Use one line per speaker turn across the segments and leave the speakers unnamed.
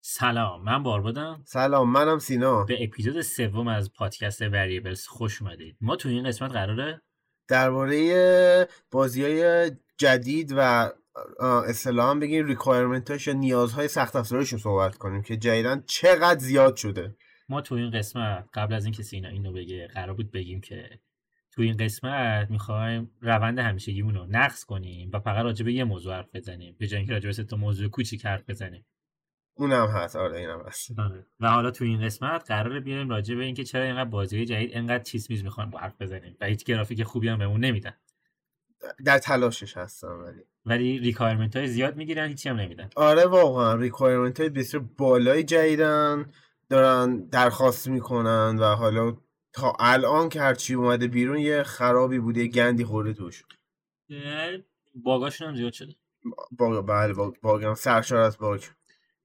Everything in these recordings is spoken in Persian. سلام من باربادم
سلام منم سینا
به اپیزود سوم از پادکست وریبلز خوش اومدید ما تو این قسمت قراره
درباره بازی های جدید و اصطلاحا بگیم ریکوایرمنت هاش یا نیازهای سخت افزاریشون صحبت کنیم که جدیدا چقدر زیاد شده
ما تو این قسمت قبل از اینکه سینا اینو بگه قرار بود بگیم که تو این قسمت میخوایم روند همیشگیمون رو نقص کنیم و فقط راجع به یه موضوع حرف بزنیم به جای اینکه راجع به سه تا موضوع کوچیک حرف بزنیم
اونم هست آره اینم هست
آره. و حالا تو این قسمت قراره بیایم راجع به اینکه چرا اینقدر بازی جدید اینقدر چیز میز میخوان با حرف بزنیم و هیچ گرافیک خوبی هم بهمون نمیدن
در تلاشش هستم ولی
ولی ریکوایرمنت های زیاد میگیرن هیچی هم نمیدن
آره واقعا ریکوایرمنت های بسیار بالای جدیدن دارن درخواست میکنن و حالا تا الان که هرچی اومده بیرون یه خرابی بوده یه گندی خورده توش
یعنی باگاشون هم زیاد شده
باگ بله باگ باگم سرشار از باگ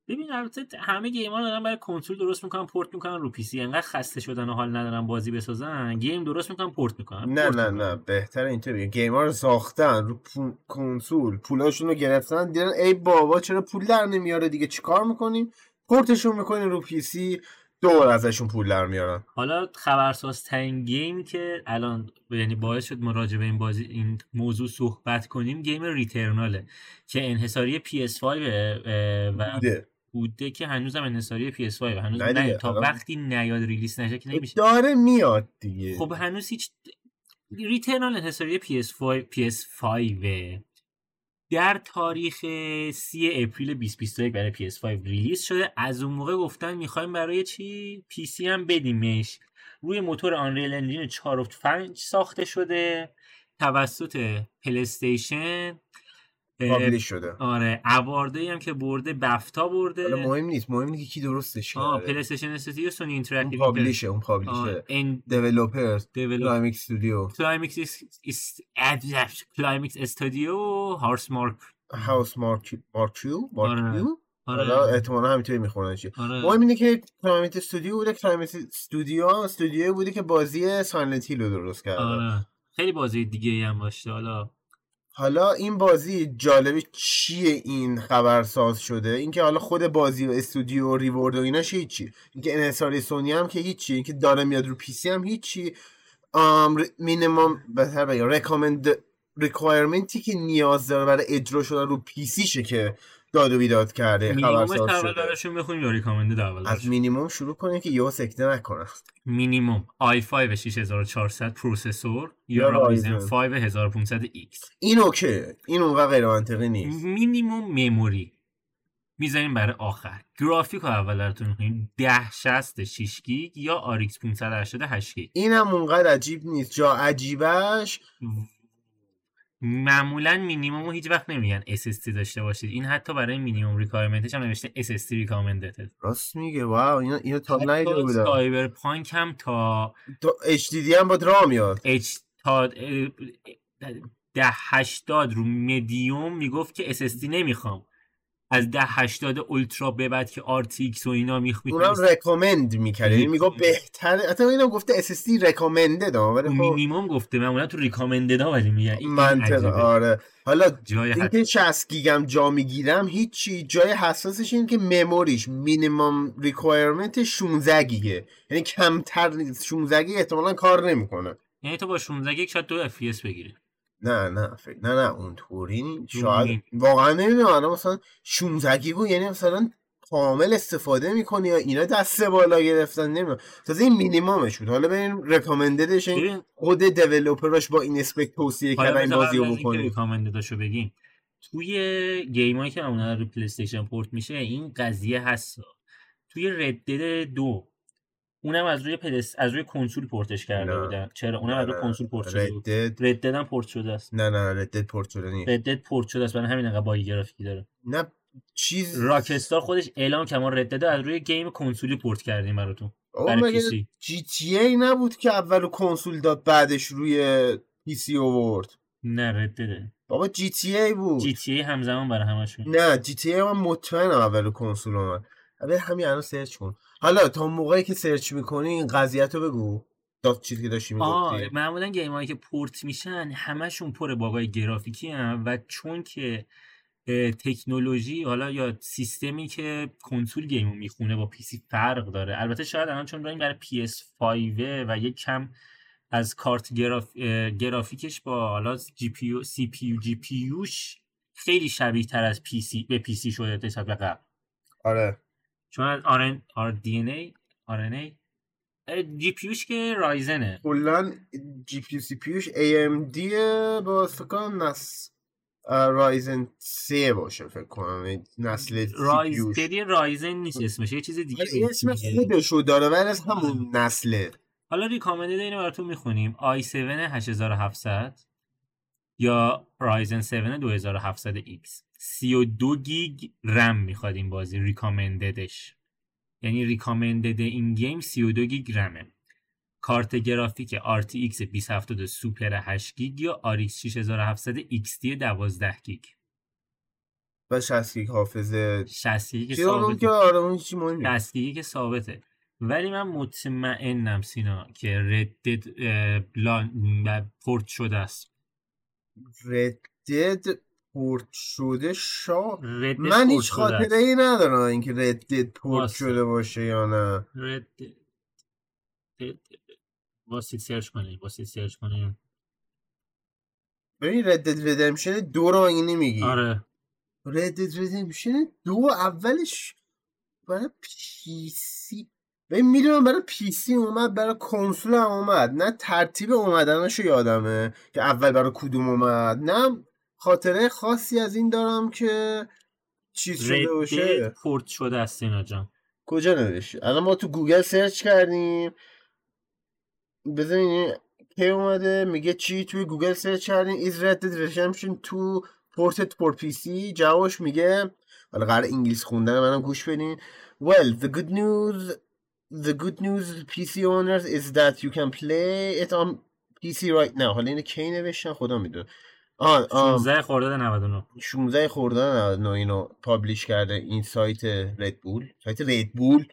ببین البته همه گیم‌ها دارن برای کنسول درست میکنن پورت میکنن رو پی سی انقدر خسته شدن و حال ندارن بازی بسازن گیم درست میکنن پورت میکنن
نه نه نه بهتر اینطور بگم گیم‌ها رو ساختن رو پو... کنسول پولاشون رو گرفتن دیدن ای بابا چرا پول در نمیاره دیگه چیکار میکنیم پورتشون میکنیم رو پی سی دور ازشون پول در میارن
حالا خبرساز ترین گیم که الان یعنی باعث شد ما راجع به این بازی این موضوع صحبت کنیم گیم ریترناله که انحصاری PS5 و
بوده.
بوده که هنوزم انحصاری PS5 هنوز
نه دیگه،
نه تا
الان-
وقتی نیاد ریلیس نشه که نمیشه
داره میاد دیگه
خب هنوز هیچ ریترنال انحصاری PS5 PS5 در تاریخ 3 اپریل 2021 برای PS5 ریلیز شده از اون موقع گفتن میخوایم برای چی PC هم بدیمش روی موتور آنریل انجین 4 و 5 ساخته شده توسط پلستیشن
پابلیش شده
آره اواردهی هم که برده بفتا
حالا
برده
مهم نیست مهم اینه که کی درستش
آه
کرده
پلیستیشن استودیو سونی
اون
اینتراکتیو
پابلیشه اون پابلیشه دیولوپرز پرایم استودیو
کلایمکس کلایمکس استودیو و هارس مارک
هاوس مارکیو مارکیو مارکیو حالا
آره
احتمالا همینطوری میخونن چی مهم
آره
اینه که کلایمت استودیو بوده کلایمت استودیو استودیو بوده که بازی ساینلنت هیل رو درست کرده
آره خیلی بازی دیگه هم داشته حالا
حالا این بازی جالبه چیه این خبرساز شده اینکه حالا خود بازی و استودیو و ریورد و ایناش هیچی اینکه انحصاری سونی هم که هیچی اینکه داره میاد رو پی سی هم هیچی آم ر- مینیمم بهتر بگم رکامند ریکوایرمنتی که نیاز داره برای اجرا شدن رو پی سیشه که داد و بیداد کرده
مینیمومش
خبرساز
اول
شده
براشون بخون یا ریکامنده اول
از
براشون
مینیمم شروع کنه که یهو سکته نکنه
مینیموم i5 6400 پروسسور یا
یا
رایزن
رایزن.
5 1500X
این اوکی این اونقدر غیر منطقی نیست
مینیموم مموری میذاریم برای آخر گرافیک رو اول براتون می‌خونیم 1060 6 گیگ یا RX 580 8 گیگ
اینم اونقدر عجیب نیست جا عجیبش
معمولا مینیموم رو هیچ وقت نمیگن SSD داشته باشید این حتی برای مینیموم ریکوایرمنتش هم نوشته SSD recommended
راست میگه واو اینا اینو تا
حتی
نیده بودم
سایبرپانک هم تا
تو اچ دی هم با را میاد
اچ تا اه، ده هشتاد رو مدیوم میگفت که SSD نمیخوام از ده هشتاد اولترا به بعد که RTX و اینا میخ
اونم
می‌تونست-
رکامند میکرد یعنی میگه بهتره حتی اینم گفته اس اس دی رکامندد
تو
ولی خب
مینیموم گفته معمولا تو ریکامندد ها ولی میگن این
منطقه
عجیبه
آره حالا
جای حد
اینکه 60 گیگم جا میگیرم هیچی جای حساسش این که مموریش مینیمم ریکوایرمنت 16 گیگه یعنی کمتر نیست. 16 گیگ احتمالا کار نمیکنه
یعنی تو با 16 یک شاید دو FPS بگیری
نه نه فکر نه نه اونطوری نی-
نی.
شاید واقعا نمیدونم الان مثلا 16 گیگو یعنی مثلا کامل استفاده میکنی یا اینا دست بالا گرفتن نمیدونم تازه این مینیممش بود حالا ببین رکامنددش این
ببین
خود دیولپراش با این اسپک توصیه
حالا
کردن این
بذار
بازی
قبل
رو
از اینکه
بکنی
ریکامندداشو بگیم توی گیمایی که معمولا رو پلی استیشن پورت میشه این قضیه هست توی ردد دو اونم از روی پلس از روی کنسول پورتش کرده
نه
بودن چرا اونم
نه
از روی
نه
کنسول پورت شده بود
ردد
ردد هم پورت شده است
نه نه ردد پورت شده نیست
ردد پورت شده است برای همین انقدر با گرافیکی داره
نه چیز
راکستار خودش اعلام کرد ما ردد از روی گیم کنسولی پورت کردیم براتون
آقا
برای پی
خب، مگه
سی
جی تی ای نبود که اول کنسول داد بعدش روی پی سی اوورد
نه ردده
بابا جی تی ای بود
جی تی ای همزمان برای همشون
نه جی تی ای من مطمئنم اول کنسول اومد ولی همین الان سرچ کن حالا تا اون موقعی که سرچ میکنی این قضیت رو بگو داد چیزی که داشتی
آه
میگفتی
معمولا گیم هایی که پورت میشن همشون پر باگای گرافیکی هم و چون که تکنولوژی حالا یا سیستمی که کنسول گیم رو میخونه با پیسی فرق داره البته شاید الان چون داریم برای PS5 و یک کم از کارت گراف... گرافیکش با حالا جی پی یو سی پی یو جی پی یوش خیلی شبیه تر از پی سی به پی سی شده نسبت به قبل
آره
چون از آر ان آر دی ان ای آر ان ای جی پی یوش که رایزنه
کلا جی پی سی پی یوش ای ام دی با فکر نس رایزن 3 باشه فکر کنم یعنی نسل
رایز سری رایزن نیست اسمش یه چیز دیگه
آره. ولی اسم خودشو داره ولی از همون نسله
حالا ریکامندد اینو براتون میخونیم i7 8700 یا رایزن 7 2700X 32 گیگ رم میخواد این بازی ریکامنددش یعنی ریکامندد این گیم 32 گیگ رمه کارت گرافیک RTX 2070 سوپر 8 گیگ یا RX 6700 XT 12 گیگ
و 60 گیگ حافظه
60 گیگ
که آره اون چی مهمه
60 گیگ که ثابته ولی من مطمئنم سینا که ردد پورت شده است
ردد پورت شده شا
ردد
من
پورت
هیچ
شده است.
خاطره ای ندارم اینکه ردد پورت
واسه.
شده باشه یا نه
ردد واسه سرچ کنه واسه سرچ کنه
ببین ردد ردمشن دو رو این نمیگی
آره
ردد ردمشن دو اولش برای پی سی ببین میدونم برای پی سی اومد برای کنسول هم اومد نه ترتیب اومدنشو یادمه که اول برای کدوم اومد نه خاطره خاصی از این دارم که چیز شده باشه
ردد پورت شده است سینا جان
کجا نوشت الان ما تو گوگل سرچ کردیم بزنین کی اومده میگه چی توی گوگل سرچ کردین ایز Red Dead Redemption تو پورتد فور پی سی جوابش میگه حالا قرار انگلیس خوندن منم گوش بدین well the good news the good news PC owners is that you can play it on PC right now حالا اینو کی نوشتن خدا میدونه آه آه
16 خرداد 99
16 خوردن نه اینو پابلیش کرده این سایت ردبول سایت ردبول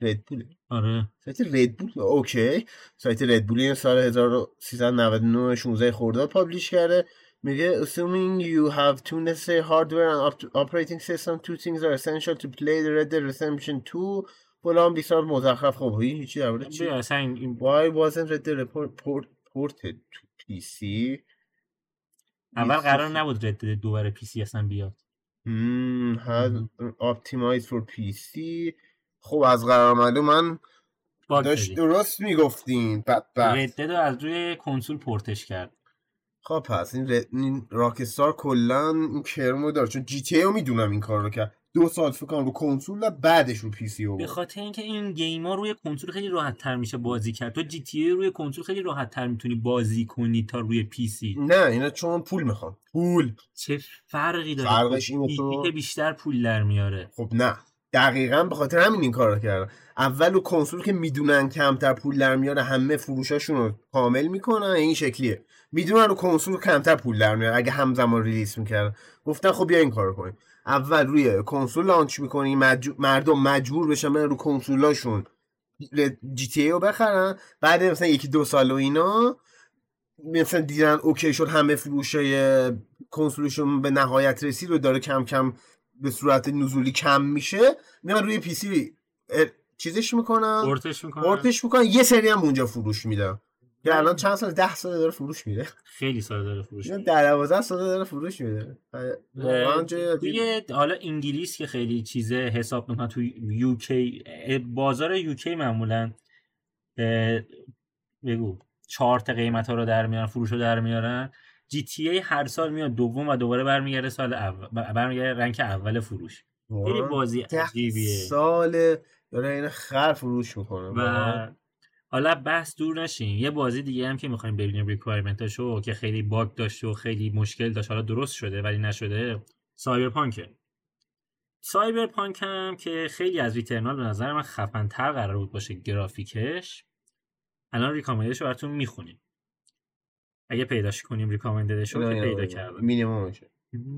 ردبول
آره
سایت ردبول اوکی سایت ردبول این سال 1399 16 خورداد پابلیش کرده میگه assuming you have two necessary hardware and op- operating system two things are essential to play the Red Dead Redemption 2 فلان بیسار مزخرف خب هی- هیچی در مورد چی
بیا اصلا این- این
why wasn't Red Dead report- port- ported to PC
اول
It's-
قرار نبود ردد دو برای پی سی اصلا بیاد
مم، had
مهم.
optimized for PC خب از قرار من
باگ داری.
داشت درست میگفتین بدبخت
ردد رو از روی کنسول پورتش کرد
خب پس این, ر... این راکستار کلا این کرمو داره چون جی تی رو میدونم این کار رو کرد دو سال فکر کنم رو کنسول و بعدش رو پی سی
به
اومد
خاطر اینکه این گیما روی کنسول خیلی راحت تر میشه بازی کرد تو جی تی روی کنسول خیلی راحت تر میتونی بازی کنی تا روی پی سی
نه اینا چون پول میخوام پول
چه فرقی داره
فرقش اینه
پی
تو-
سی که بیشتر پول در میاره
خب نه دقیقا به خاطر همین این کار رو کردن اول رو کنسول که میدونن کمتر پول در میاره همه فروشاشون رو کامل میکنن این شکلیه میدونن رو کنسول کمتر پول در میاره اگه همزمان ریلیس میکردن گفتن خب بیا این کار رو کنیم اول روی کنسول لانچ میکنی مردم مجبور بشن برن رو کنسولاشون جی تی رو بخرن بعد مثلا یکی دو سال و اینا مثلا دیدن اوکی شد همه فروشای کنسولشون به نهایت رسید و داره کم کم به صورت نزولی کم میشه نه روی پی سی اه، چیزش میکنم
پورتش میکنه
پورتش میکنم یه سری هم اونجا فروش میدم که الان چند سال ده سال داره فروش میده
خیلی سال داره فروش
نه
می‌کنه.
در دوازده سال داره فروش میده واقعا جای
توی حالا انگلیس که خیلی چیزه حساب میکنن تو یوکی بازار یوکی معمولا اه، بگو چارت قیمت ها رو در میارن فروش رو در میارن جی تی ای هر سال میاد دوم و دوباره برمیگرده سال اول بر- برمیگرده رنگ اول فروش خیلی
واقعاً
بازی
آره. ده
عجیبیه
سال داره این خر فروش میکنه
و حالا بحث دور نشین یه بازی دیگه هم که میخوایم ببینیم ریکوایرمنتاشو که خیلی باگ داشت و خیلی مشکل داشت حالا درست شده ولی نشده سایبرپانکه سایبرپانک هم که خیلی از ریترنال به نظر من خفنتر قرار بود باشه گرافیکش الان ریکامندش رو براتون میخونیم اگه پیداش کنیم ریکامنددش رو که پیدا کردم
مینیمم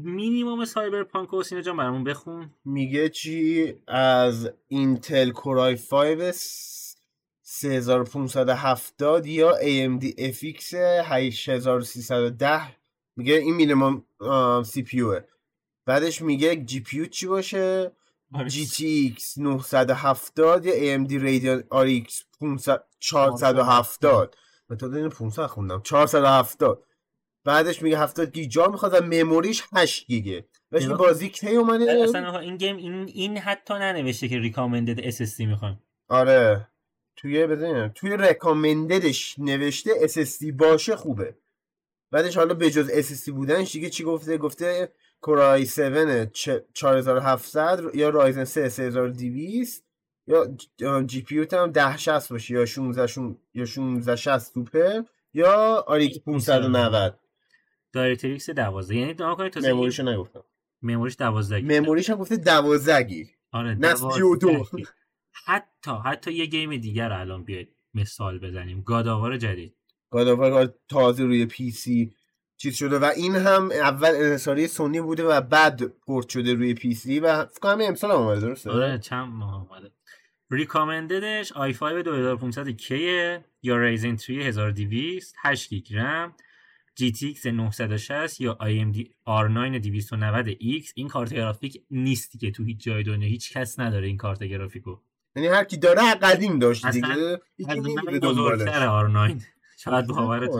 مینیموم سایبرپانک رو سینا جان برامون بخون
میگه چی از اینتل کورای 5 س- 3570 یا AMD FX 8310 میگه این مینیمم سی پی بعدش میگه جی پیو چی باشه
آره.
آره. GTX 970 یا AMD Radeon RX 500 470 من تو اینو 500 خوندم 470 بعدش میگه 70 گیگ جا میخواد و مموریش 8 گیگه ولی این بازی کی اومده
اصلا آقا این گیم این, این حتی ننوشته که ریکامندد SSD میخوام
آره توی بزنیم توی ریکامنددش نوشته SSD باشه خوبه بعدش حالا به جز SSD بودنش دیگه چی گفته گفته کورای 7 4700 یا رایزن 3 3200 یا جی پی یو هم 1060 باشه یا 16 شون... یا 1660 سوپر یا آریک 590
دایرکتریکس 12 یعنی نگاه کنید
تا مموریشو نگفتم
مموریش 12
مموریش هم گفته 12 گیگ
آره
32
حتی حتی یه گیم دیگر رو الان بیاید مثال بزنیم گاداوار جدید
گاداوار تازه روی پی سی چیز شده و این هم اول انحصاری سونی بوده و بعد پورت شده روی پی سی و فکر کنم امسال هم اومده درسته
آره چند ماه اومده ریکامنددش i5 2500K یا Ryzen 3 1200 8 گیگ رم GTX 960 یا AMD R9 290X این کارت گرافیک نیست که تو هیچ جای دنیا هیچ کس نداره این کارت گرافیکو
یعنی هر کی داره قدیم داشت دیگه
از من بزرگتر R9 شاید باورت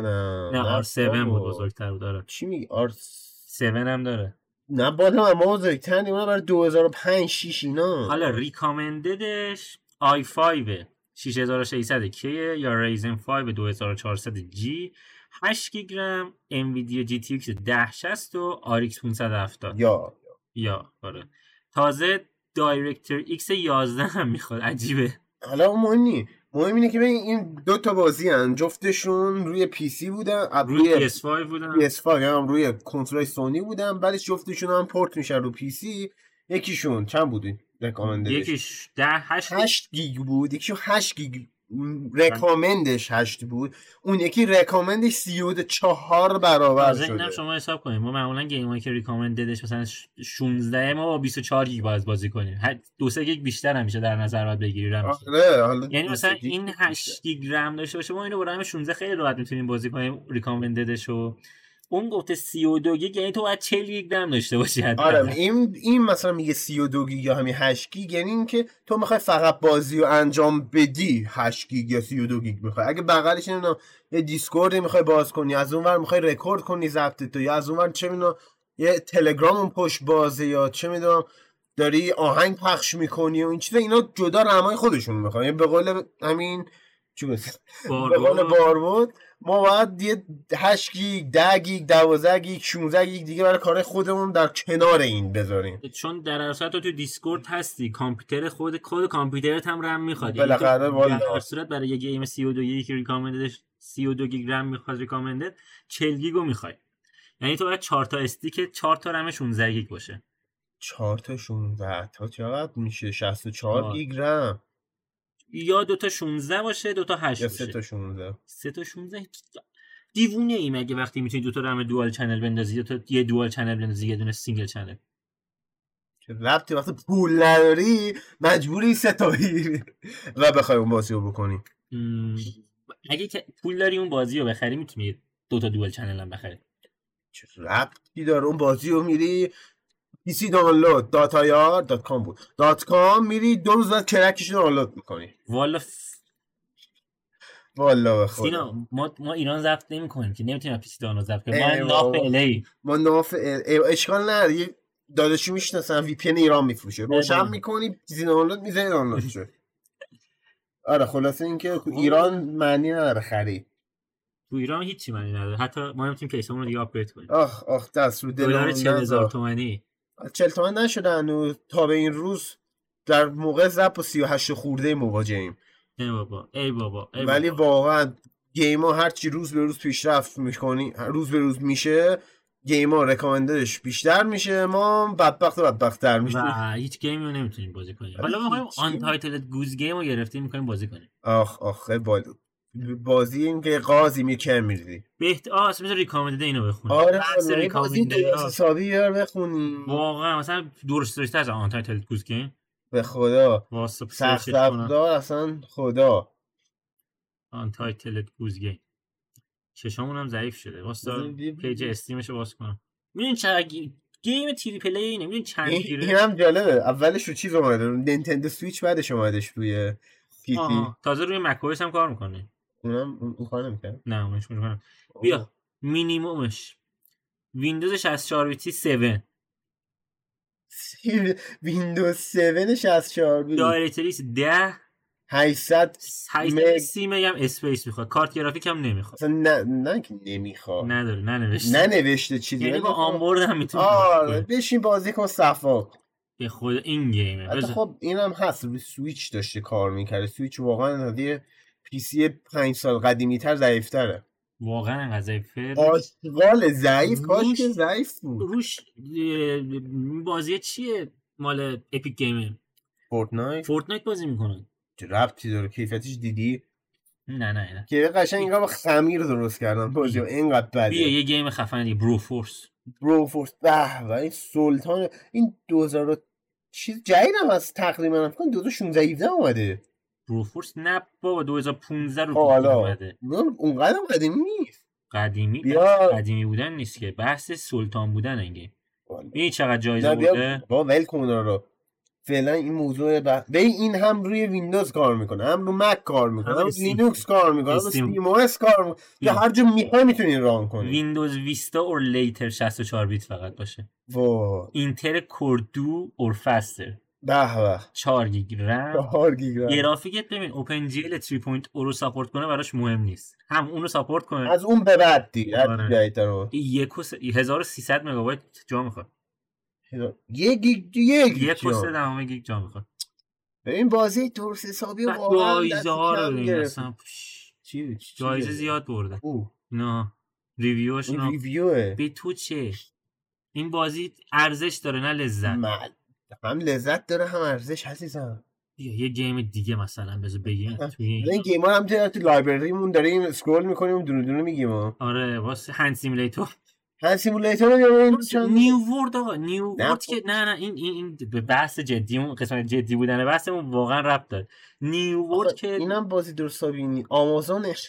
نه R7 بود بزرگتر بود داره
چی میگی R7
هم داره
نه بالا هم بزرگتر اونا برای 2005 6 اینا
حالا ریکامنددش i5 6600K یا Ryzen 5 2400G 8 گیگ رم NVIDIA GTX 1060 و RX 570
یا
یا آره تازه دایرکتر X 11 هم میخواد عجیبه
حالا مهم نی مهم اینه که ببین این دو تا بازی هن جفتشون روی پی سی بودن
روی PS5 بودن
PS5 هم روی کنسول سونی بودن بعدش جفتشون هم پورت میشن رو پی سی یکیشون چند بودی رکامندش
یکیش 10 8
8 گیگ بود یکیشون 8 گیگ
بله.
رکامندش 8 بود اون یکی رکامندش 34 برابر شده اینم
شما حساب کنید ما معمولا گیمایی که ریکامنددش مثلا 16 ما با 24 گیگ باز بازی کنیم هر دو سه گیگ بیشتر همیشه در نظر باید بگیری رم
آره
یعنی مثلا این 8 گیگ رم داشته باشه ما اینو با رم 16 خیلی راحت میتونیم بازی کنیم ریکامنددش رو اون گفته 32 گیگ یعنی تو باید 40 گیگ رم داشته باشی
آره این این مثلا میگه 32 گیگ یا همین 8 گیگ یعنی اینکه تو میخوای فقط بازی رو انجام بدی 8 گیگ یا 32 گیگ میخوای اگه بغلش نمیدونم یه دیسکورد میخوای باز کنی از اونور میخوای رکورد کنی ضبط تو یا از اونور چه میدونم یه تلگرام اون پشت بازه یا چه میدونم داری آهنگ پخش میکنی و این چیزا اینا جدا رمای خودشون میخوان یعنی به قول همین چی به قول باربود ما باید یه 8 گیگ 10 گیگ 12 گیگ 16 گیگ دیگه برای کار خودمون در کنار این بذاریم
چون در اصل تو تو دیسکورد هستی کامپیوتر خود کد کامپیوترت هم رم میخواد یعنی
بالاخره والا
در صورت برای یه گیم 32 گیگ که ریکامندش 32 گیگ رم میخواد ریکامندت 40 گیگو میخوای یعنی تو باید 4 تا استیک 4 تا رم 16 گیگ باشه
4 تا 16 تا چقدر میشه 64 گیگ رم
یا دوتا 16 باشه دوتا 8
یا باشه. سه تا 16
سه تا 16 دیوونه ایم اگه وقتی میتونی دوتا رم دوال چنل بندازی دوتا یه دوال چنل بندازی یه دونه سینگل چنل
ربطی وقتی پول نداری مجبوری سه تا و بخوای اون بازی رو بکنی
م... اگه پول داری اون بازی رو بخری میتونی دوتا دوال چنل هم بخری
چه ربطی داره اون بازی رو میری پیسی دانلود دات آیار دات کام بود دات کام میری دو روز بعد کرکش دانلود میکنی
والا ف...
والا به
سینا ما, ما ایران ضبط نمی کنیم که نمیتونیم پیسی دانلود ضبط کنیم ما ناف الی
ما ناف ال... اشکال نداره داداشی میشناسن وی پی ایران میفروشه روشن میکنی پیسی دانلود میزنی دانلود شد آره خلاصه اینکه تو ایران معنی نداره خرید
تو ایران هیچی معنی نداره حتی ما نمیتونیم کیسمون رو دیگه آپگرید کنیم
آخ آخ دست رو دلمون
40000 تومانی
چل تومن نشده هنوز تا به این روز در موقع زب و سی و هشت خورده مواجهیم
ای بابا ای بابا ای
ولی واقعا گیما هرچی روز به روز پیشرفت میکنی روز به روز میشه گیما رکامندرش بیشتر میشه ما بدبخت و بدبختتر میشه
هیچ گیمی رو نمیتونیم بازی کنیم حالا ما میخوایم آن تایتل گوز گیم رو گرفتیم میکنیم بازی کنیم
آخ آخ بالو بازی این که قاضی میکن میریدی
بهت آس مثل ریکامندد اینو بخون
آره بازی درست حسابی بیار بخونی
واقعا مثلا درست داشته از آن تایتل گوز گیم
به خدا سخت افدار اصلا خدا
آن تایتل گوز گیم چشامون هم ضعیف شده واسه پیج استیمش رو باز کنم میدونی چه گیم تریپل ای نمیدونی چند
این
گیره
این هم جالبه اولش رو چیز اومده رو نینتندو سویچ بعدش اومدش روی پی سی
آها. تازه روی مکویس هم کار میکنه
اونم اون اون کار نمی‌کرد
نه اونش میکنم بیا مینیمومش ویندوز 64 بیتی 7
ویندوز 7 64 بیت
دایرکتریس 10
800
سایز
مگ.
سی مگ هم اسپیس میخواد کارت گرافیک هم نمیخواد
اصلا نه نه که نمیخواد
نداره ننوشته
ننوشته چیزی
یعنی با
ولی خب-
آنبورد هم میتونی
آره بشین بازی کن صفا کن.
به خود این گیمه
حتی
بذار
خب اینم هست روی سویچ داشته کار میکرده سویچ واقعا از یه پی سی پنج سال قدیمی تر ضعیف تره
واقعا انقدر ضعیفه
آشغال ضعیف کاش
روش-
که ضعیف بود
روش اه، بازی چیه مال اپیک گیمه
فورتنایت
فورتنایت بازی میکنن
چه ربطی داره کیفیتش دیدی
نه نه نه
که قشنگ انگار با خمیر درست کردن بازی و اینقدر
بیا
بده
یه گیم خفن دیگه برو فورس
برو فورس به و این سلطان این 2000 و- چیز جدید هم هست تقریبا فکر کنم 2016 17 اومده
برو فورس نه بابا 2015 رو
آه،
پیش
خب، حالا.
اومده
نه، اونقدر هم قدیمی نیست
قدیمی
بیا
قدیمی بودن نیست که بحث سلطان بودن این گیم این چقدر
نه
جایزه
بیا
برده
با ول کن اونا رو فعلا این موضوع ب... ببین این هم روی ویندوز کار میکنه هم رو مک کار میکنه
هم
هم رو
استیم.
لینوکس کار میکنه هم رو
استیم.
استیم او اس کار میکنه یا
بیا.
هر جا میخوای میتونی ران کنی
ویندوز ویستا اور لیتر 64 بیت فقط باشه
وای
اینتر کوردو اور فاستر
به به
4 گیگ رم
چهار گیگ رم.
گرافیکت ببین اوپن جی ال 3.0 رو ساپورت کنه براش مهم نیست هم اون رو ساپورت کنه
از اون به بعد دیگه هر چی
آره.
جدیدتر اومد.
این یک و س- 1300 مگابایت جا میخواد
یه گیگ یه گیگ
یک و سه
جان.
دهم گیگ جا میخواد
ببین بازی درست حسابی
بعد
واقعا دست
جایزه ها
کم
رو ببین
گرفت.
اصلا پش،
چی چی
جایزه
گرفت؟
زیاد برده
او
نه ریویوش
این
نه
ریویوه
به تو چه این بازی ارزش داره نه لذت
مل. هم لذت داره هم ارزش عزیزم
بیا یه گیم دیگه مثلا بذار بگم توی این
حالا این گیم ها هم تو تو لایبرریمون داریم اسکرول میکنیم دونه دونه میگیم ها
آره واسه هند سیمولیتور
هند سیمولیتور رو بیاریم چند
نیو ورد آقا نیو
نه، خب.
ورد که نه نه این این این به بحث جدیمون قسمت جدی بودن بحثمون واقعا ربط داره نیو
آخه
ورد که
اینم بازی درستابی نی آمازونش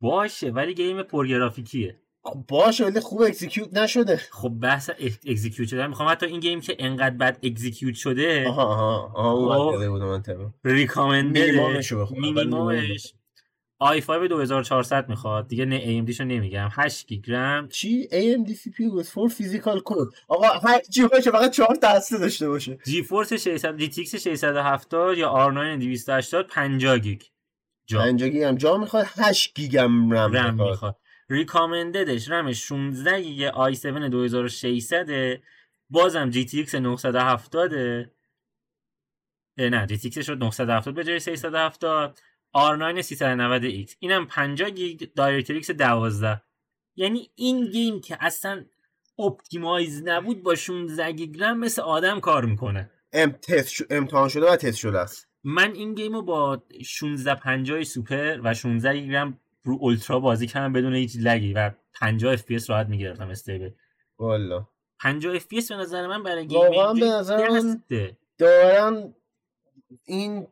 باشه ولی گیم پرگرافیکیه
خب باشه ولی خوب اکسیکیوت نشده
خب بحث اگزیکیوت شدن میخوام حتی این گیم که انقدر بد اگزیکیوت شده
آها آها آها اون
آه.
منطقه بود اون منطقه
ریکامنددش
مینیممش رو بخون، اول مینیمم
مینیمومش
بخون.
آی 5 2400 میخواد دیگه نه AMD شو نمیگم 8 گیگ رم
چی AMD CPUs for physical code آقا هر چی باشه فقط چهار تا هسته داشته باشه
جی فورس 600 جی تیکس 670 یا R9 280 50 گیگ جا
50 گیگ هم جا میخواد 8 گیگ هم رم
رم
میخواد
میخواد ریکامنددش رم 16 گیگ آی 7 2600 بازم جی تی 970 نه جی تی شد 970 به جای 370 R9 390X اینم 50 گیگ دایرکتریکس 12 یعنی این گیم که اصلا اپتیمایز نبود با 16 گیگ رم مثل آدم کار میکنه
ام تست شو- امتحان شده و تست شده است
من این گیم رو با 1650 سوپر و 16 گیگ رم رو اولترا بازی کردم بدون هیچ لگی و 50 اف راحت میگرفتم استیبل
والا
50 اف به نظر من برای گیم
واقعاً
اینجوری
به نظر من
دسته
دارن این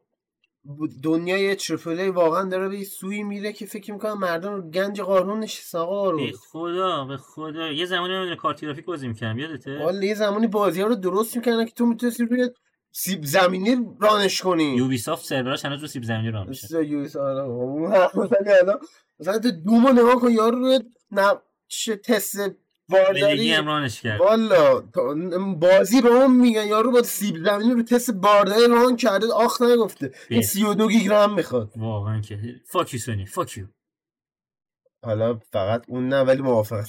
دنیای تریپل ای واقعا داره به یه سوی میره که فکر میکنم مردم رو گنج قانون نشست آقا
به
رو
خدا به خدا یه زمانی من کارت گرافیک بازی میکردم یادته
والا یه زمانی بازی ها رو درست میکردن که تو میتونستی روی سیب زمینی رانش کنی
یوبی سافت سروراش هنوز رو سیب زمینی راه میشه
مثل US آره، اون حرف ولی الان مثلا تو دومو نگاه کن یارو روی نم... چه تست
ملگی
بارداری
هم رانش کرد
والا تا- بازی به اون میگن یارو با سیب زمینی رو تست بارداری ران کرده آخ نگفته این
به.
32 گیگ رم میخواد
واقعا که فاک یو سونی فاک یو
حالا فقط اون نه ولی موافق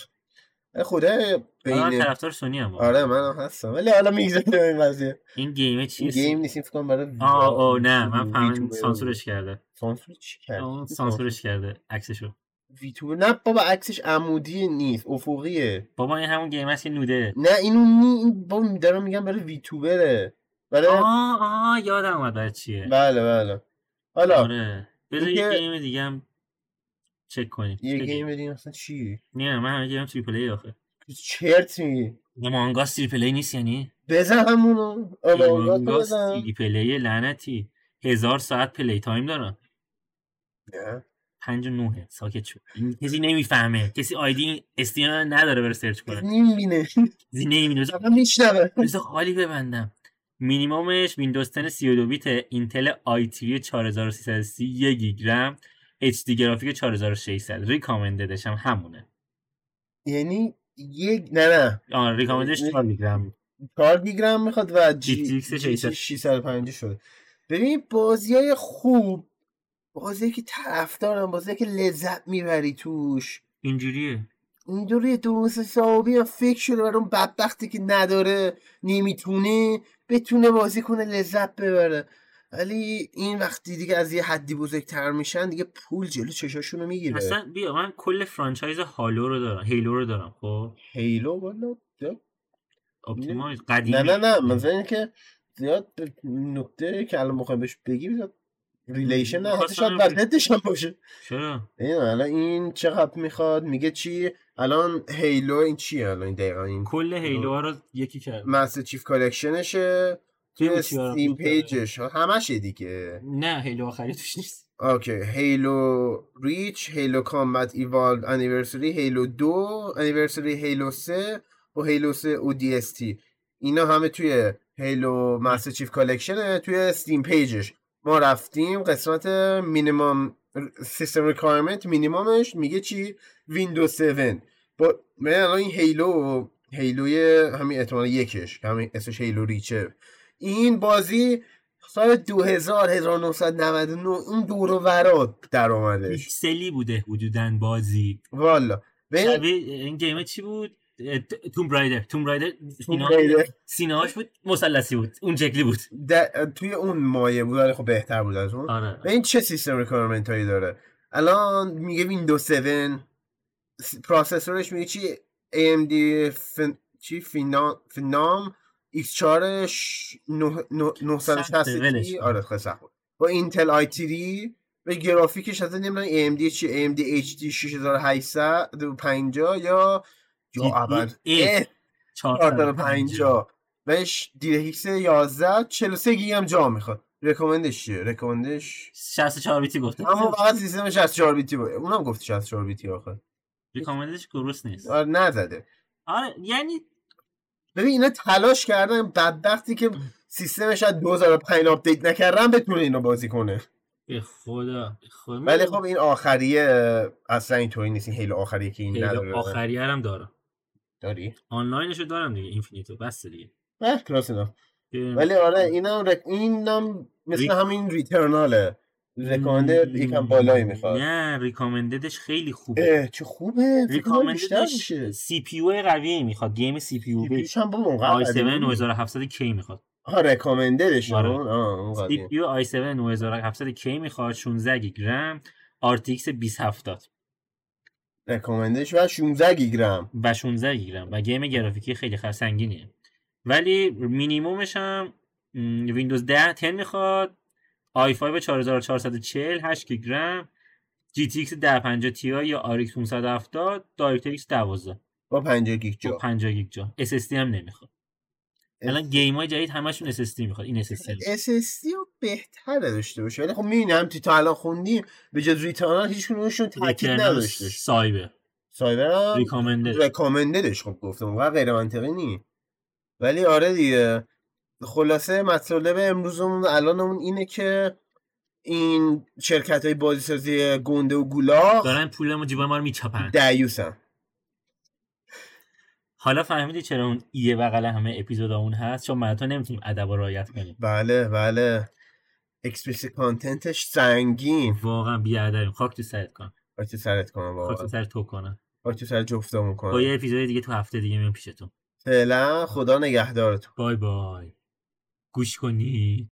خدا
من
بین
طرفدار سونی هم واقعا.
آره منم هستم ولی حالا میگذاریم این قضیه
این گیمه چیه
این گیم نیست این فکر کنم برای
آه
ویدیو-
آه نه من فهمیدم
ویتوبر بود.
سانسورش کرده
سانسور چی کرد
اون سانسورش کرده عکسشو
ویتوبر نه بابا عکسش عمودی نیست افقیه
بابا این همون گیم است که نوده
نه اینو نی این بابا دارم میگم برای ویتوبره برای
آه آه یادم اومد برای چیه
بله بله حالا
آره بذار یه
اینکه-
گیم دیگه هم چک کنیم
یه
چه
گیم بدیم اصلا چی
نه من همه گیرم تریپل ای آخه
چرت میگی
نه مانگا تریپل ای نیست یعنی
بزن همونو آمانگات رو
مانگا
بزن
تریپل ای لعنتی هزار ساعت پلی تایم دارن
نه
59 ساکت شد این کسی نمیفهمه کسی آیدی استیان نداره بره سرچ کنه
نمیبینه
کسی نمیدونه
فقط میشنوه
مثل خالی ببندم مینیمومش ویندوز 10 32 بیت اینتل i3 4330 1 گیگ رم HD گرافیک 4600 ریکامنددش هم همونه
یعنی یک نه نه
آه ریکامندش 4 گیگ رم
4 گیگرم میخواد و
جی
جی
تی ایکس 600.
650 شد ببین بازی های خوب بازی که طرفدارم بازی که لذت میبری توش
اینجوریه
اینطوری درست حسابی هم فکر شده برای اون بدبختی که نداره نمیتونه بتونه بازی کنه لذت ببره ولی این وقتی دیگه از یه حدی بزرگتر میشن دیگه پول جلو چشاشون رو میگیره
اصلا بیا من کل فرانچایز هالو رو دارم هیلو رو دارم خب
هیلو والا ده.
اپتیمایز قدیمی
نه نه نه مثلا اینکه زیاد به نکته که الان میخوایم بهش بگیم زیاد ریلیشن نه حتی
می‌خواستم
شاید
همین
بر ضدش هم باشه
چرا
ببین الان این چقدر میخواد میگه چی الان هیلو این چیه الان دقیقا این
کل هیلوها رو یکی کرد
مستر چیف کالکشنشه
توی اوتی‌آر
توی
هم
ستیم
می‌ذاره.
پیجش همشه دیگه
نه هیلو آخری توش نیست
اوکی هیلو ریچ هیلو کامبت ایوالد انیورسری هیلو دو انیورسری هیلو سه و هیلو سه او دی اس تی اینا همه توی هیلو مستر چیف کالکشنه توی ستیم پیجش ما رفتیم قسمت مینیمم سیستم ریکوایرمنت مینیممش میگه چی ویندوز 7 با من الان این هیلو هیلوی همین احتمال یکش که همین اسمش هیلو ریچه این بازی سال 2000 1999 اون دور و ورا در اومدش
پیکسلی بوده حدودا بازی
والا ببین
شبیه این گیمه چی بود
e,
توم رایدر توم رایدر
Tomb Raider.
سینه هاش بود مثلثی بود اون شکلی بود
در- توی اون مایه بود ولی خب بهتر بود از اون
آره
ببین چه سیستم ریکوایرمنت هایی داره الان میگه ویندوز 7 س- پروسسورش میگه چی AMD فن... چی فینا... فینام X4 ش- نه- نه-
سخته، ولش
960
کن.
آره خیلی سخت بود. با اینتل i3 و گرافیکش اصلا نمیدونم AMD چی AMD HD 6850 یا یا اول اه،
450
450 بهش دیرهیکس 11 43 گیگ هم جا میخواد رکامندش چیه رکامندش
64 بیتی گفته
اما فقط سیستم 64 بیتی بود اونم گفت 64 بیتی آخه
ریکامندش گروس نیست
آره نزده
آره یعنی
ببین اینا تلاش کردن بدبختی که سیستمش از 2005 آپدیت نکردن بتونه اینو بازی کنه E,
به خدا به خدا.
ولی خب این آخریه اصلا اینطوری نیست این هیلو آخریه که این
خیلی
نداره
آخریه رو هم دارم
داری
آنلاینش رو دارم دیگه اینفینیتو بس دیگه
اه، کلاس اینا
که-
ولی آره اینم رک... اینم
ری-
مثل همین ریترناله رکامنده یکم بالایی میخواد
نه ریکامنددش
E,
خیلی خوبه
اه، چه خوبه فکر کنم بیشتر
ریکامنددش
میشه
سی پی یو قوی میخواد گیم سی پی یو
پیش هم با اونقدر
i7
قدیمی نیست.
9700 k میخواد
آها رکامندرشون
آره.
آه اون
سی
قدیم
پی یو i7 9700 k میخواد 16 گیگ رم RTX 2070
رکامندرش و 16 گیگرم
و 16 گیگ رم و گیم گرافیکی خیلی خر سنگینیه ولی مینیمومش هم م، ویندوز 10 10 میخواد i5 4440 8 گیگ رم GTX 1050 Ti یا RX 570 DirectX 12
با 50 گیگ
با
جا
50 خب گیگ جا SSD هم نمیخواد الان گیم های جدید همشون SSD میخواد این SSD هم.
SSD رو بهتره داشته باشه ولی خب میبینم تو تا الان خوندیم به جز ریترنال هیچ کنونشون تاکید
ریترنال
نداشتش
سایبر
سایبر هم
ریکامندد
رکامنددش خب گفتم اونقدر غیر منطقی نی ولی آره دیگه خلاصه مطالب امروزمون الانمون اینه که این شرکت های بازیسازی گنده و گولاخ
دارن پول ما جیبای ما رو میچاپن
دعیوسن
حالا فهمیدی چرا اون ایه بغل همه اپیزودامون هست چون مردم نمیتونیم ادب رو رعایت کنیم
بله بله اکسپلیسی کانتنتش سنگین
واقعا بی خاک تو سرت کن
باید تو سرت کنم
خاک تو
واقعا
سر تو کنم
باید تو سر جفتمون
با
کنم
یه اپیزود دیگه تو هفته دیگه میام پیشتون
فعلا خدا نگهدارتون
بای بای گوش کنی